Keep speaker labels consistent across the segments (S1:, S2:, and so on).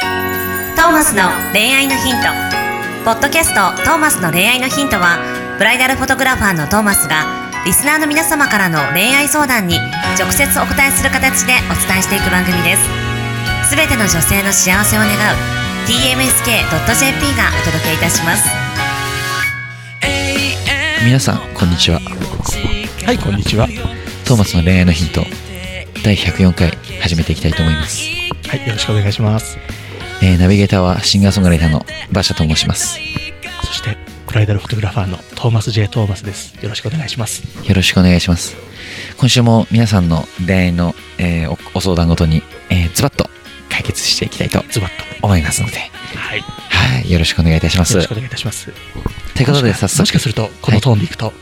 S1: トーマスの恋愛のヒント」ポッドキャスト「トーマスの恋愛のヒントは」ブライダルフォトグラファーのトーマスがリスナーの皆様からの恋愛相談に直接お答えする形でお伝えしていく番組ですすべての女性の幸せを願う tmsk.jp がお届けいたします
S2: 皆さんこんにちは
S3: はいこんにちは
S2: トーマスの恋愛のヒント第104回始めていきたいと思います、
S3: はいよろしくお願いします
S2: えーナビゲーターはシンガーソングライターのバシャと申します
S3: そしてブライダルフォトグラファーのトーマス J トーマスですよろしくお願いします
S2: よろしくお願いします今週も皆さんの恋愛の、えーおお相談ごとに、えーズバッと解決していきたいと
S3: ズバッと
S2: 思いますので
S3: はいよ
S2: はいよろしくお願いいたします
S3: ろし
S2: と
S3: くお願いいたします
S2: いうことで早
S3: もしか
S2: 速
S3: もしかするとこのトーンでいくと、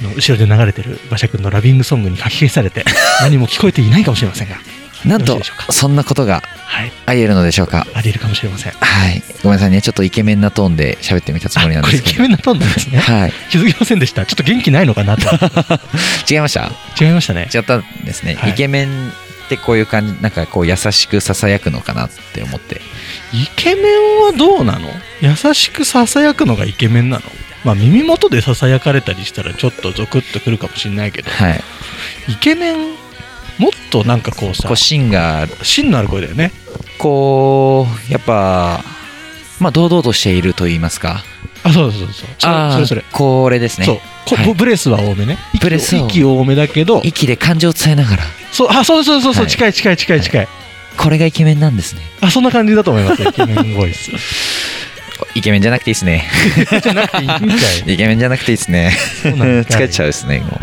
S3: あの後ろで流れてる馬車君のラビングソングに書き消 されて何も聞こえていないかもしれませんが
S2: なん
S3: よ
S2: と
S3: ろしいでしょうか
S2: そんなことが
S3: はい
S2: あり得るのでしょうか
S3: ありえるかもしれませんあ
S2: はいごめんなさいねちょっとイケメンなトーンで喋ってみたつもりなん
S3: こ
S2: で
S3: れ
S2: す
S3: イ
S2: け
S3: ケ
S2: ど
S3: メンなトーンなんですね
S2: はい
S3: 気づきませんでしたちょっと元気ないの かなと
S2: 違いました
S3: 違いましたね
S2: 違ったんですね、
S3: はい
S2: イケメンってこういう感じなんかこう優しくささやくのかなって思って
S3: イケメンはどうなの優しくささやくのがイケメンなのまあ耳元でささやかれたりしたらちょっとゾクッとくるかもしれないけど
S2: はい
S3: イケメンもっとなんかこうさ
S2: こうシンが
S3: 芯のある声だよね
S2: こうやっぱまあ堂々としていると言いますか
S3: あそうそうそうそうそ
S2: あー
S3: れそれそれ
S2: これですね
S3: そうこ、
S2: はい
S3: ブレスは多めね息
S2: ブレスは多め
S3: 息多めだけど
S2: 息で感情を伝えながら
S3: そうあそうそうそうそう、
S2: はい
S3: 近い近い近い近い、
S2: これがイケメンなんですね
S3: あそんな感じだと思いますイケメンボ イス
S2: イケメンじゃなくていいですね
S3: じゃなくていいんかい
S2: イケメンじゃなくていいですね
S3: そうなん
S2: 疲れちゃう
S3: う
S2: ですねも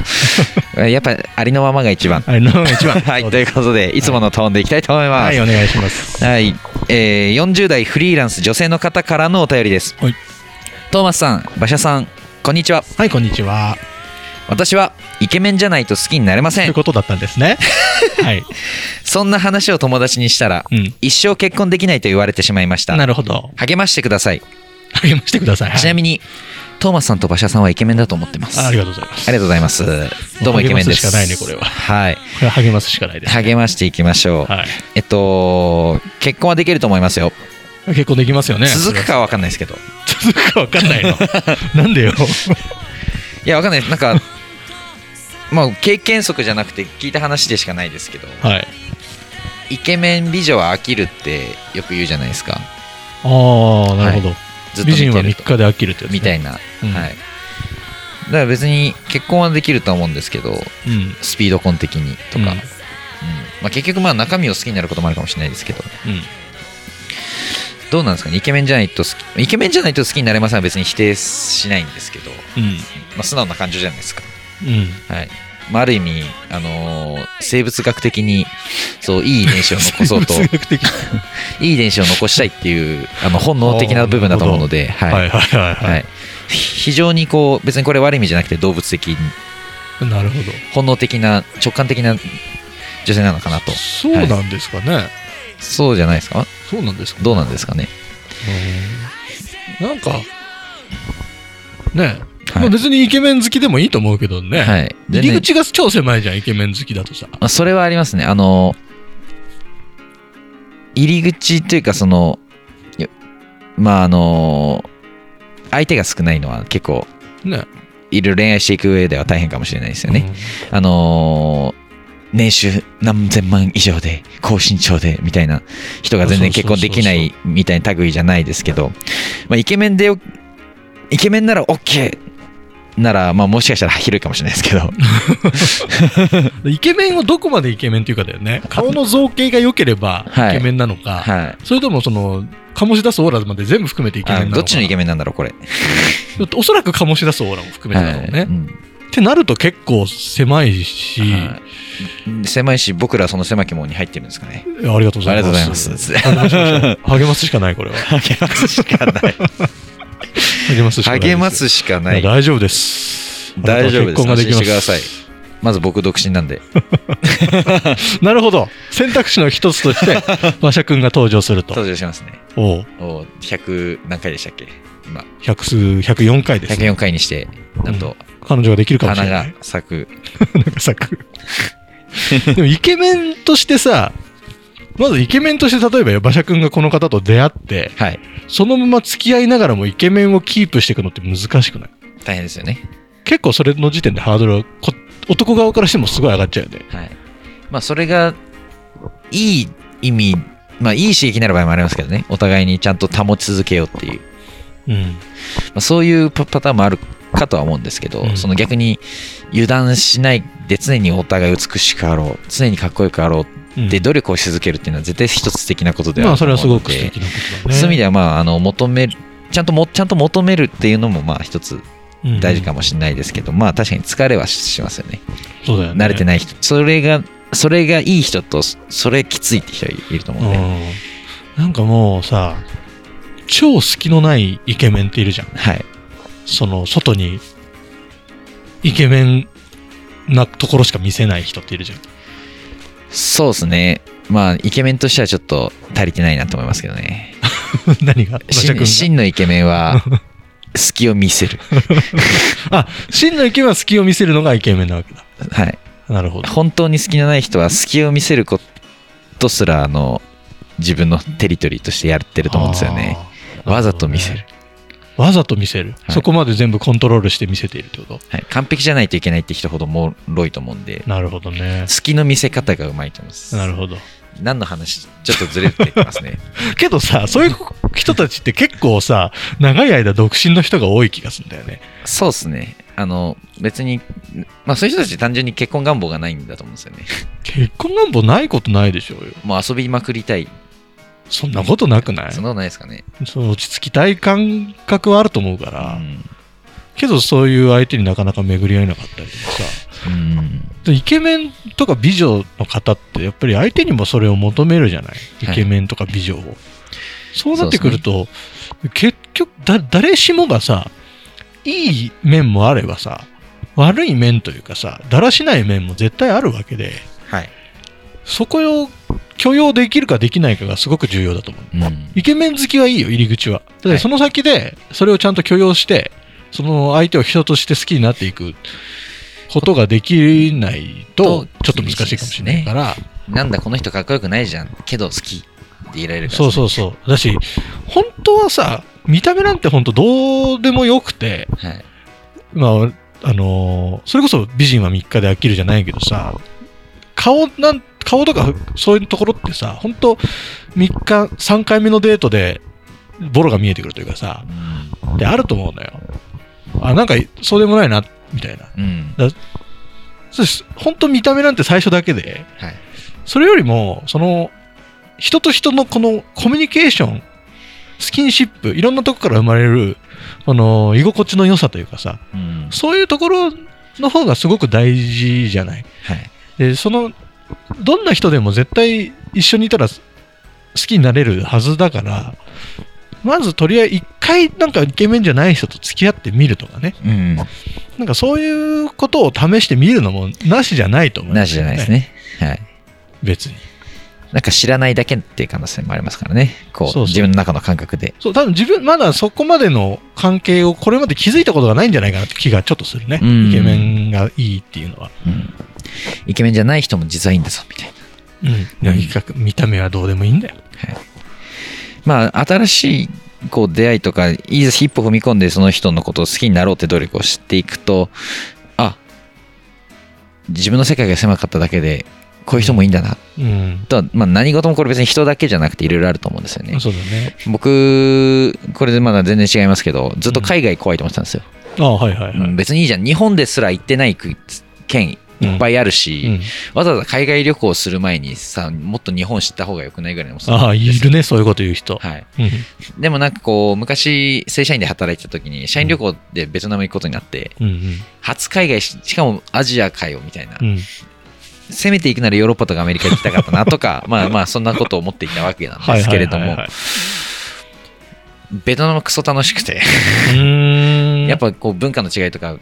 S2: うやっぱありのままが一番
S3: あれの一番
S2: はいということでいつものトーンでいきたいと思います、
S3: はいお願いします
S2: はい、えー、40代フリーランス女性の方からのお便りです、
S3: はい
S2: トーマスさん馬車さんこんにちは
S3: はいこんにちは
S2: 私はイケメンじゃないと好きになれま
S3: と
S2: せ
S3: い うんことだったんで すねはい、
S2: そんな話を友達にしたら
S3: うん、
S2: 一生結婚できないと言われてしまいました
S3: なるほど
S2: 励ましてください、
S3: 励ましてください
S2: ちなみにトーマスさんと馬車さんはイケメンだと思ってます
S3: ああ
S2: あ
S3: り
S2: り
S3: がとうございます
S2: がとうございますどうもイケメンです
S3: 励ますしかないねこれは
S2: はい
S3: これは励ますしかないです
S2: 励ましていきましょう、
S3: はい
S2: えっと結婚はできると思いますよ、
S3: 結婚できますよね
S2: 続くかは分かんないですけど
S3: 続くか分か んないのなんでよ
S2: いや、わかんない。なんか、 まあ、経験則じゃなくて、聞いた話でしかないですけど、
S3: はい
S2: イケメン美女は飽きるってよく言うじゃないですか。
S3: ああなるほど、
S2: ずっと見
S3: 美
S2: て
S3: 人は
S2: る
S3: 3
S2: と。
S3: 日で飽きるってやつ、ね、
S2: みたいな。
S3: うん
S2: はい。だから別に結婚はできるとは思うんですけど、
S3: うん
S2: スピード婚的にとか。うん
S3: うん
S2: まあ、結局、まあ中身を好きになることもあるかもしれないですけど、どうなんですかね、イケメンじゃないと好き、イケメンじゃないと好きになれませんは別に否定しないんですけど、
S3: うん
S2: まあ、素直な感情じゃないですか。
S3: うんうん
S2: はい。まあ、ある意味、あのー生物学的に、そう、いい遺伝子を残そうと、
S3: 生物学的
S2: いい遺伝子を残したいっていう、あの、本能的な部分だと思うので、
S3: は
S2: はい
S3: はい
S2: い。
S3: はいは、
S2: はいい。非常にこう、別にこれ悪い意味じゃなくて動物的、
S3: なるほど
S2: 本能的な、直感的な女性なのかなと。
S3: そうなんですかね、
S2: そうじゃないですか
S3: そうなんですか
S2: どうなんですかね。
S3: うんなんかね
S2: はい
S3: まあ、別にイケメン好きでもいいと思うけどね、
S2: はい。でね
S3: 入り口が超狭いじゃんイケメン好きだとさ
S2: まあそれはありますね。あの、入り口というか、その、よまあ、あの、相手が少ないのは結構、
S3: ね
S2: いろいろ恋愛していく上では大変かもしれないですよね。あのー年収何千万以上で、高身長で、みたいな人が全然結婚できないみたいな類じゃないですけど、まあ、イケメンでよ、イケメンなら OK! なら、まあ、もしかしたら広いかもしれないですけど、
S3: うんイケメンをどこまでイケメンっていうかだよね顔の造形が良ければ
S2: はい
S3: イケメンなのか、
S2: はい。
S3: それともその醸し出すオーラまで全部含めてイケメン
S2: あ
S3: なのか
S2: どっちのイケメンなんだろう、これ。
S3: おそらく醸し出すオーラも含めてだろうね、
S2: はいうん
S3: ってなると結構狭いし、
S2: はい狭いし僕らはその狭き門に入ってるんですかね
S3: ありがとうございます
S2: ありがとうござい ます
S3: 励ましましょう励ますしかないこれは
S2: 励ますしかない
S3: 励ますしかないです
S2: 励ますしかない
S3: や大丈夫です
S2: 大丈夫です
S3: あなたは結婚ができま
S2: 安心
S3: す
S2: してくださいまず僕独身なんで
S3: なるほど選択肢の一つ として馬車君が登場すると
S2: 登場しますね
S3: おう
S2: おう100何回でしたっけ今
S3: 百数104回です、ね、
S2: 104回にしてなんと
S3: 彼女ができるかもし
S2: 花
S3: れな
S2: が
S3: い
S2: 咲く
S3: なんかさでもイケメンとしてさまずイケメンとして例えばよ馬車くんがこの方と出会って
S2: はい。
S3: そのまま付き合いながらもイケメンをキープしていくのって難しくない
S2: 大変ですよね。
S3: 結構それの時点でハードルはこ男側からしてもすごい上がっちゃうよね
S2: はい。まあ、それが、いい意味、まあ、いい刺激になる場合もありますけどね。お互いにちゃんと保ち続けようっていう。
S3: うん
S2: まあ、そういうパパターンもあるかとは思うんですけど、
S3: うん
S2: その逆に油断しないで常にお互い美しくあろう常にかっこよくあろう
S3: うん
S2: って努力をし続けるっていうのは絶対一つ素敵なことでは
S3: まあ
S2: ると
S3: それはす
S2: 思う
S3: ご
S2: の
S3: く素敵なことだね
S2: そういう意味ではまああの求めるちゃんともちゃんと求めるっていうのもまあ一つ
S3: うん
S2: 大事かもしれないですけど、まあ確かに疲れはしますよね
S3: そうだよね
S2: 慣れて
S3: ない
S2: ない人それがそれがいい人とそれきついって人いると思うんで、
S3: うんなんかもうさ超隙のないイケメンっているじゃん
S2: はい
S3: その外にイケメンなところしか見せない人っているじゃん
S2: そうですねまあイケメンとしてはちょっと足りてないなと思いますけどね
S3: 何が馬車くん
S2: 真真
S3: が
S2: のイケメンは 隙を見せる、
S3: あ真のイケメンは隙を見せるのがイケメンなわけだ
S2: はい、
S3: なるほど
S2: 本当に隙のない人は隙を見せることすらあの自分のテリトリーとしてやってると思うんですよね
S3: あー
S2: わざと見せる、
S3: わざと見せる、そこまで全部コントロールして見せているってこと
S2: はい、完璧じゃないといけないって人ほどもろいと思うんで
S3: なるほどね
S2: 隙の見せ方がうまいと思います
S3: なるほど
S2: 何の話ちょっとずれてきますね
S3: けどさそういう人たちって結構さ長い間独身の人が多い気がするんだよね
S2: そうですねあの別にまあそういう人たち単純に結婚願望がないんだと思うんですよ ね
S3: 結婚願望ないことないでしょうよ
S2: もう遊びまくりたい
S3: そんなことなくない
S2: そ
S3: そ
S2: んなことないですかね
S3: の落ち着きたい感覚はあると思うから、
S2: うん
S3: けどそういう相手になかなか巡り合えなかったりとかさ
S2: うん
S3: でイケメンとか美女の方ってやっぱり相手にもそれを求めるじゃないイ
S2: はい
S3: ケメンとか美女を、そうなってくると、結局だ誰しもがさいい面もあればさ悪い面というかさだらしない面も絶対あるわけで
S2: はい、
S3: そこを許容できるかできないかがすごく重要だと思う
S2: うん
S3: イケメン好きはいいよ入り口はた
S2: は
S3: だ
S2: い
S3: その先でそれをちゃんと許容してその相手を人として好きになっていくことができないとちょっと難しいかもしれないから、
S2: なんだこの人かっこよくないじゃんけど好きって言られるから
S3: そうそうそうだし本当はさ見た目なんて本当どうでもよくて
S2: うはい
S3: まああのーそれこそ美人は3日で飽きるじゃないけどさ顔なん顔とかそういうところってさ本当3日3回目のデートでボロが見えてくるというかさってあると思うんだよ。あ、なんか、そうでもないな、みたいな。
S2: うん
S3: そうです本当見た目なんて最初だけで、
S2: はい
S3: それよりも、その、人と人のこのコミュニケーション、スキンシップ、いろんなとこから生まれる、この、居心地の良さというかさ、
S2: うん
S3: そういうところの方がすごく大事じゃない。
S2: はい
S3: で、その、どんな人でも絶対一緒にいたら好きになれるはずだから、まずとりあえず一回なんかイケメンじゃない人と付き合ってみるとかね。
S2: うん
S3: なんかそういうことを試してみるのもなしじゃないと思う、
S2: なしじゃないです。ねはい
S3: 別に。
S2: なんか知らないだけっていう可能性もありますからねこう
S3: そうそう
S2: 自分の中の感覚で
S3: そう、多分自分、まだそこまでの関係をこれまで気づいたことがないんじゃないかなって気がちょっとするね。
S2: うん
S3: イケメンがいいっていうのは。
S2: うんイケメンじゃない人も実はいいんだぞみたいな
S3: うん。いや見た目はどうでもいいんだよ。
S2: まあ新しいこう出会いとかいいです一歩踏み込んでその人のことを好きになろうって努力をしていくとあ自分の世界が狭かっただけでこういう人もいいんだな
S3: うん。
S2: とは、まあ、何事もこれ別に人だけじゃなくていろいろあると思うんですよね
S3: そうだね。
S2: 僕これでまだ全然違いますけどずっと海外怖いと思ってたんですよ、
S3: ああ、はいはいはい。
S2: うん別にいいじゃん日本ですら行ってない国県いっぱいあるし、
S3: うん
S2: わざわざ海外旅行する前にさもっと日本知った方がよくないぐらいの思
S3: ああ、いる
S2: ね、
S3: ね、そういうこと言う人。
S2: はい、
S3: うん
S2: でもなんかこう昔正社員で働いてた時に社員旅行でベトナム行くことになって
S3: うん
S2: 初海外ししかもアジアかよみたいな、
S3: うん。うん。
S2: せめて行くならヨーロッパとかアメリカ行きたかったなと かまあまあそんなことを思っていたわけなんですけれど
S3: はいは
S2: も
S3: いはいはい
S2: ベトナムクソ楽しくて
S3: うーん。
S2: やっぱこう文化の違いとか直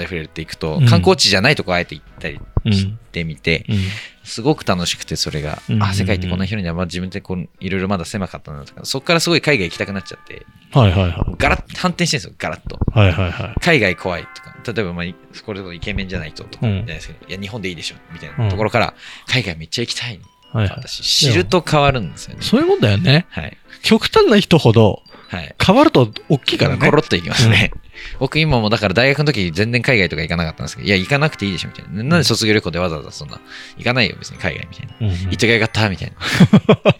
S2: で触れていくと
S3: うん
S2: 観光地じゃないとこあえて行ったり
S3: うん、
S2: してみて
S3: うん。
S2: すごく楽しくてそれが
S3: うん
S2: あ世界ってこんな広いんだまあ自分ってこういろいろまだ狭かったなとかそこからすごい海外行きたくなっちゃって
S3: はいはいはい。
S2: ガラッ反転してるんですよガラッと
S3: はいはいはい。
S2: 海外怖いとか例えばまあいこれこそイケメンじゃない人とか
S3: う
S2: じ
S3: ん
S2: ゃないですけどいや日本でいいでしょみたいなところから海外めっちゃ行きたい
S3: はいはい。
S2: 私、知ると変わるんですよね。
S3: そういうもんだよね。
S2: はい。
S3: 極端な人ほど
S2: はい。
S3: 変わると大きいからね
S2: コ。ロッといきますね。僕今もだから大学の時全然海外とか行かなかったんですけど、いや、行かなくていいでしょみたいな。なんで卒業旅行でわざわざそんな、行かないよ別に海外みたいな。
S3: うんうん
S2: 行っときゃよかったみたいな。行っと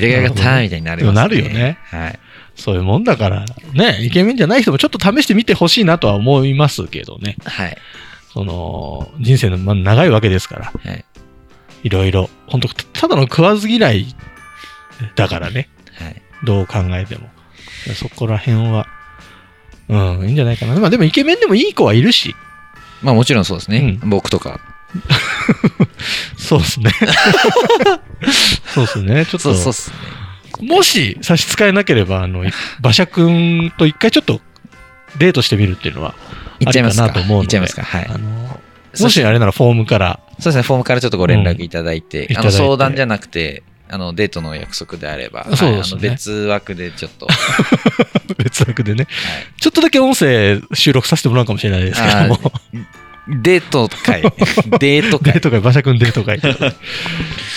S2: きゃよかったみたいになります、
S3: なるほどね
S2: はい。
S3: そういうもんだから、ね、イケメンじゃない人もちょっと試してみてほしいなとは思いますけどね。
S2: はい。
S3: その、人生の、まあ、長いわけですから、
S2: はい。
S3: いろいろ。本当ただの食わず嫌いだからね。
S2: はい。
S3: どう考えても。そこら辺は、うん、いいんじゃないかな。まあでもイケメンでもいい子はいるし。
S2: まあもちろんそうですね。僕とか。
S3: そうで すね。そうですね。ちょっ
S2: そうそう
S3: と
S2: っ、すね。
S3: もし差し支えなければ、あの、馬車くんと一回ちょっとデートしてみるっていうのは、
S2: 行っちゃいますか。
S3: ありかなと思
S2: 行
S3: うので
S2: っちゃいますか。はい。
S3: あの、も
S2: そし
S3: しあれならフォームから、
S2: そうですね、フォームからちょっとご連絡いただいて、
S3: うん
S2: あ
S3: いただ
S2: の
S3: いて
S2: 相談じゃなくて、あのデートの約束であれば、はい
S3: そうです
S2: あ
S3: ね
S2: の別枠でちょっと、は
S3: 別枠でね、ちょっとだけ音声収録させてもらうかもしれないですけども、
S2: い、デート会、デート
S3: デ
S2: 会
S3: ー、ト会、馬車くんデート会。 な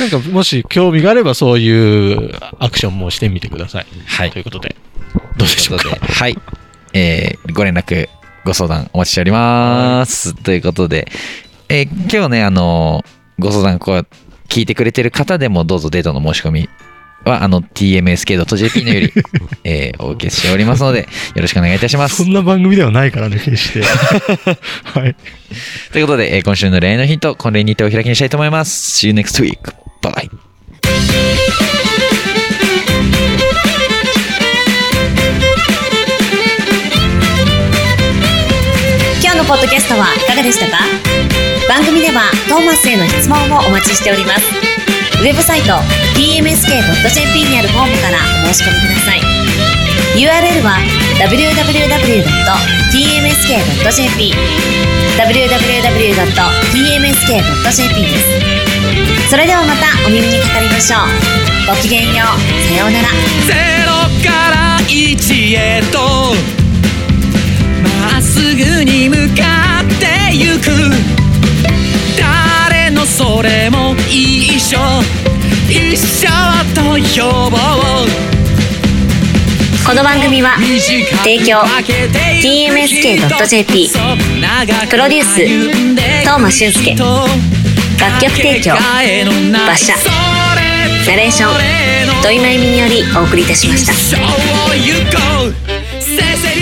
S3: んか、もし興味があれば、そういうアクションもしてみてください。
S2: はい
S3: ということで、どうでしょう
S2: という
S3: か。
S2: ことではい、えーご連絡、ご相談お待ちしております。ということで、えー今日ね、あのーご相談こう聞いてくれてる方でも、どうぞデートの申し込みは、あの、tmsk.jp のよ り、えーお受けしておりますので、よろしくお願いいたします
S3: そ。んな番組ではないからね、決して。はい。
S2: ということで、えー今週の恋愛のヒント、これにてお開きにしたいと思います。See you next week. Bye bye.
S1: 今日のポッドキャストはいかがでしたか番組ではトーマスへの質問もお待ちしておりますウェブサイト tmsk.jp にあるフォームからお申し込みください URL は www.tmsk.jp www.tmsk.jp ですそれではまたお耳にかかりましょうごきげんようさようなら
S4: ゼロから一へとまっすぐに向かってゆく誰のそれも一緒一緒と呼ぼう
S1: この番組は提供 TMSK.jp プロデュース東間俊介楽曲提供馬車ナレーション土井真由美によりお送りいたしました
S4: 一生を行こうせせり